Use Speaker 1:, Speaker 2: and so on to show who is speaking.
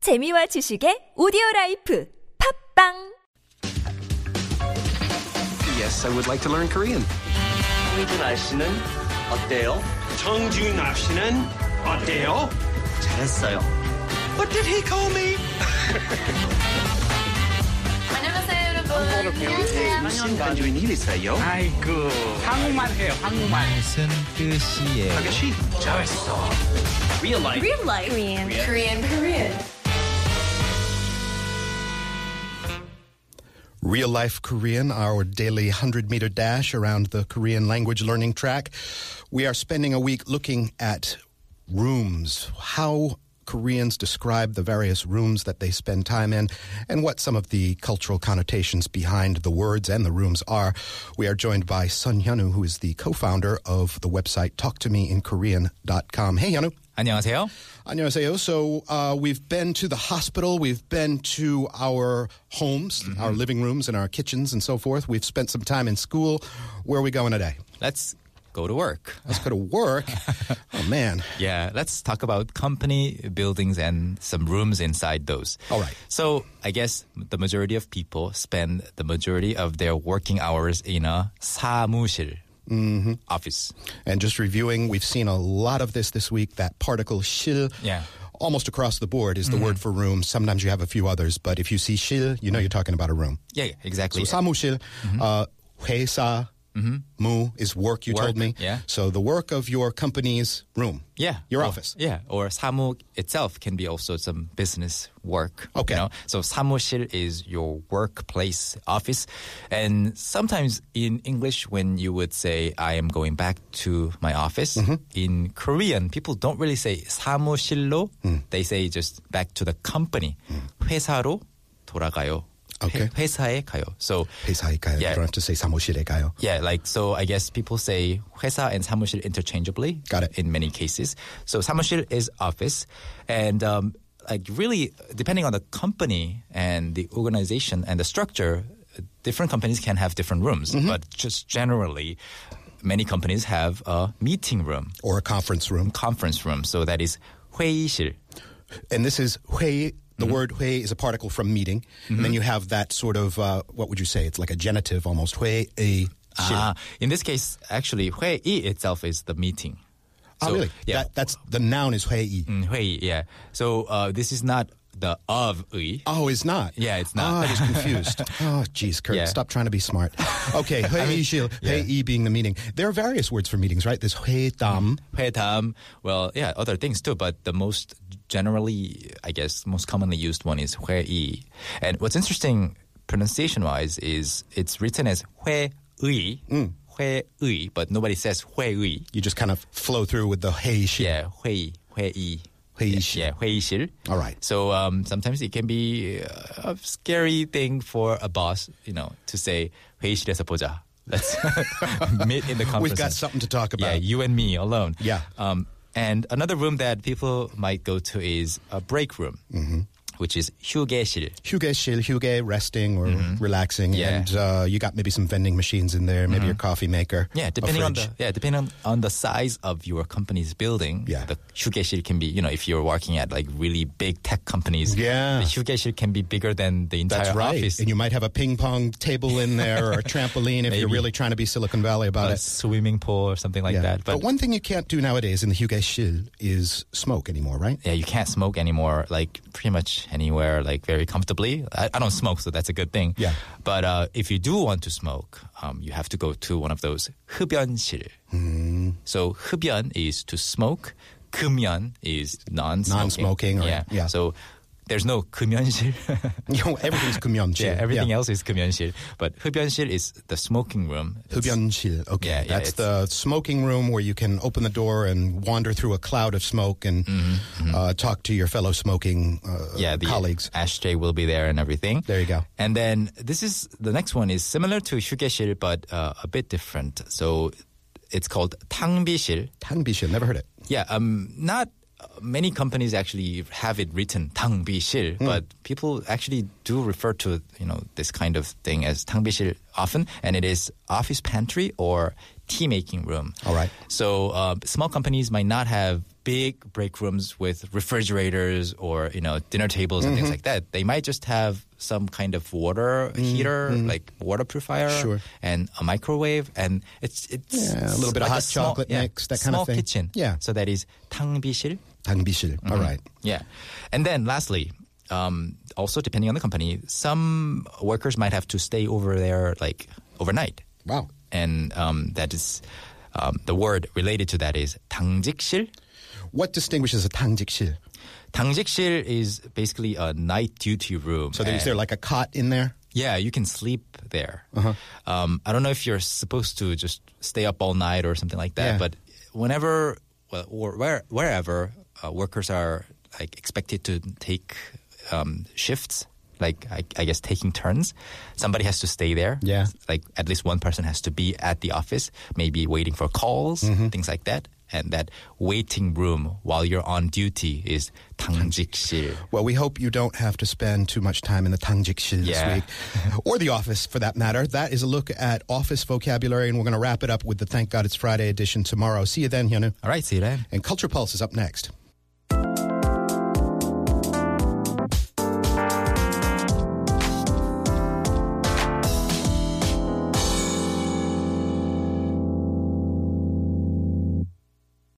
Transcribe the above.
Speaker 1: 재미와 지식의 오디오 라이프 팝빵!
Speaker 2: Yes, I would like to learn Korean.
Speaker 3: 홍준아 씨는 어때요?
Speaker 4: 정준하 씨는 어때요?
Speaker 3: 잘했어요.
Speaker 4: What did he call me?
Speaker 5: 안녕하세요 여러분. 안녕하세요.
Speaker 3: 무슨 반주인 일이세요?
Speaker 4: 아이고 한국말 해요 한국말
Speaker 6: 무슨 뜻이에요?
Speaker 3: 아가씨 잘했어. Real life.
Speaker 5: Korean Korean.
Speaker 7: Real Life Korean, our daily 100 meter dash around the Korean language learning track. We are spending a week looking at rooms, how Koreans describe the various rooms that they spend time in, and what some of the cultural connotations behind the words and the rooms are. We are joined by Sun Hyunwoo, who is the co founder of the website talktomeinkorean.com. Hey, Hyunwoo.
Speaker 6: 안녕하세요.
Speaker 7: 안녕하세요. So uh, we've been to the hospital. We've been to our homes,
Speaker 6: Mm-hmm.
Speaker 7: our living rooms, and our kitchens, and so forth. We've spent some time in school. Where are we going today?
Speaker 6: Let's go to work.
Speaker 7: Let's go to work. oh man.
Speaker 6: Yeah, let's talk about company buildings and some rooms inside those.
Speaker 7: All right.
Speaker 6: So, I guess the majority of people spend the majority of their working hours in a 사무실
Speaker 7: Mm-hmm.
Speaker 6: office.
Speaker 7: And just reviewing, we've seen a lot of this this week. That particle shil.
Speaker 6: Yeah. Mm-hmm.
Speaker 7: Almost across the board is the word for room. Sometimes you have a few others, but if you see shil, you know you're talking about a room.
Speaker 6: Yeah, yeah, Mm-hmm. exactly.
Speaker 7: So 사무실, uh, 회사, mu is work. You
Speaker 6: Work,
Speaker 7: told me.
Speaker 6: yeah.
Speaker 7: So the work of your company's room.
Speaker 6: yeah,
Speaker 7: Your
Speaker 6: or-
Speaker 7: office.
Speaker 6: Yeah, or 사무 itself can be also some business work. you
Speaker 7: Okay.
Speaker 6: know? So 사무실 is your workplace office, and sometimes in English, when you would say I am going back to my office,
Speaker 7: Mm-hmm.
Speaker 6: in Korean people don't really say 사무실로.
Speaker 7: Mm.
Speaker 6: They say just back to the company. 회사로 돌아가요. 회-
Speaker 7: Okay.
Speaker 6: 회사에 가요. So
Speaker 7: 회사에 가요.
Speaker 6: Yeah.
Speaker 7: You don't have to say 사무실에 가요.
Speaker 6: Yeah, like so I guess people say 회사 and 사무실 interchangeably.
Speaker 7: Got it.
Speaker 6: In many cases. So 사무실 is office and um, like really depending on the company and the organization and the structure different companies can have different rooms
Speaker 7: Mm-hmm.
Speaker 6: but just generally many companies have a meeting room,
Speaker 7: Or a conference room.
Speaker 6: conference room. So that is 회의실.
Speaker 7: And this is hui.
Speaker 6: Mm-hmm.
Speaker 7: The word hui is a particle from meeting. And then you have that sort of, uh, what would you say? It's like a genitive almost. Hui, e,
Speaker 6: Ah, in this case actually 회의 itself is the meeting.
Speaker 7: Oh,
Speaker 6: So,
Speaker 7: really?
Speaker 6: Yeah.
Speaker 7: That, that's the noun is hui.
Speaker 6: Mm, 회의, yeah. So uh, this is not the of 의.
Speaker 7: Oh, it's not.
Speaker 6: Yeah, it's not.
Speaker 7: Oh, I was confused. oh, geez, Kurt,
Speaker 6: Yeah.
Speaker 7: stop trying to be smart. Okay, hui shil, hui e being the meeting. There are various words for meetings, right? There's hui dam.
Speaker 6: Mm-hmm. 회담, well, yeah, other things too, but the most generally, I guess, most commonly used one is 회의. And what's interesting pronunciation-wise is it's written as 회의,
Speaker 7: Mm.
Speaker 6: 회의, but nobody says 회의.
Speaker 7: You just kind of flow through with the hui shil.
Speaker 6: Yeah, 회의, 회의.
Speaker 7: 회의실.
Speaker 6: Yeah, 회의실.
Speaker 7: All right.
Speaker 6: So um, sometimes it can be uh, a scary thing for a boss, you know, to say 회의실에서 보자. Let's meet in the conference.
Speaker 7: We've got
Speaker 6: room.
Speaker 7: something to talk about.
Speaker 6: Yeah, you and me alone.
Speaker 7: Yeah.
Speaker 6: Um, and another room that people might go to is a break room,
Speaker 7: Mm-hmm.
Speaker 6: which is 휴게실.
Speaker 7: Huge shil, huge resting or relaxing,
Speaker 6: Mm-hmm. Yeah. Mm-hmm.
Speaker 7: and uh, you got maybe some vending machines in there, maybe your coffee maker.
Speaker 6: Yeah,
Speaker 7: a
Speaker 6: depending on
Speaker 7: fridge.
Speaker 6: the yeah, depending on, on the size of your company's building,
Speaker 7: Yeah.
Speaker 6: the 휴게실 can be you know if you're working at like really big tech companies,
Speaker 7: Yeah.
Speaker 6: the 휴게실 can be bigger than the entire
Speaker 7: That's right,
Speaker 6: office.
Speaker 7: and you might have a ping pong table in there or a trampoline if you're really trying to be Silicon Valley about
Speaker 6: a
Speaker 7: it.
Speaker 6: swimming pool or something like
Speaker 7: Yeah.
Speaker 6: that. But,
Speaker 7: one thing you can't do nowadays in the huge shil is smoke anymore, right?
Speaker 6: yeah, you can't smoke anymore, like pretty much anywhere, like very comfortably. I, I don't smoke, so that's a good thing.
Speaker 7: Yeah.
Speaker 6: But uh, if you do want to smoke, um, you have to go to one of those 흡연실.
Speaker 7: Hmm.
Speaker 6: So 흡연 is to smoke, 금연 is non-smoking.
Speaker 7: Non-smoking or-
Speaker 6: yeah.
Speaker 7: yeah.
Speaker 6: So there's no 금연실.
Speaker 7: You know, everything's kumyeon shil.
Speaker 6: yeah, everything else is 금연실, but 흡연실 is the smoking room. It's-
Speaker 7: Hubyeonchil. Okay,
Speaker 6: Yeah, yeah,
Speaker 7: that's
Speaker 6: it's-
Speaker 7: the smoking room where you can open the door and wander through a cloud of smoke and Uh, talk to your fellow smoking uh,
Speaker 6: Mm-hmm, yeah, the
Speaker 7: colleagues.
Speaker 6: Ashtray will be there and everything.
Speaker 7: There you go.
Speaker 6: And then this is the next one is similar to 휴게실 but uh, a bit different. So it's called 탕비실.
Speaker 7: Tanbishil, never heard it.
Speaker 6: Yeah, um, not uh, many companies actually have it written 탕비실,
Speaker 7: Hmm.
Speaker 6: but people actually do refer to you know this kind of thing as 탕비실 often, and it is office pantry or tea making room.
Speaker 7: All right.
Speaker 6: So uh, small companies might not have big break rooms with refrigerators or you know dinner tables and things
Speaker 7: Mm-hmm.
Speaker 6: like that. They might just have some kind of water heater, like water purifier,
Speaker 7: Mm-hmm. Sure.
Speaker 6: and a microwave, and it's it's
Speaker 7: Yeah, a little bit of hot chocolate mix, that kind of
Speaker 6: small
Speaker 7: thing.
Speaker 6: kitchen.
Speaker 7: Yeah.
Speaker 6: So that is 탕비실.
Speaker 7: 당비실. All right.
Speaker 6: Yeah. And then lastly, um, also depending on the company, some workers might have to stay over there like overnight.
Speaker 7: Wow.
Speaker 6: And um, that is um, the word related to that is 당직실.
Speaker 7: What distinguishes a 당직실?
Speaker 6: 당직실 is basically a night duty room.
Speaker 7: So there's
Speaker 6: And-
Speaker 7: there like a cot in there?
Speaker 6: Yeah, you can sleep there.
Speaker 7: Uh-huh.
Speaker 6: Um, I don't know if you're supposed to just stay up all night or something like that,
Speaker 7: Yeah.
Speaker 6: but whenever well, or where, wherever uh, workers are like expected to take um, shifts, like I, I guess taking turns, somebody has to stay there.
Speaker 7: Yeah.
Speaker 6: like at least one person has to be at the office, maybe waiting for calls,
Speaker 7: Mm-hmm.
Speaker 6: things like that. And that waiting room while you're on duty is 당직실.
Speaker 7: Well, we hope you don't have to spend too much time in the tangjikshi
Speaker 6: Yeah.
Speaker 7: this week, or the office for that matter. That is a look at office vocabulary, and we're going to wrap it up with the Thank God It's Friday edition tomorrow. See you then, Hyunwoo.
Speaker 6: All right, see you then.
Speaker 7: And Culture Pulse is up next.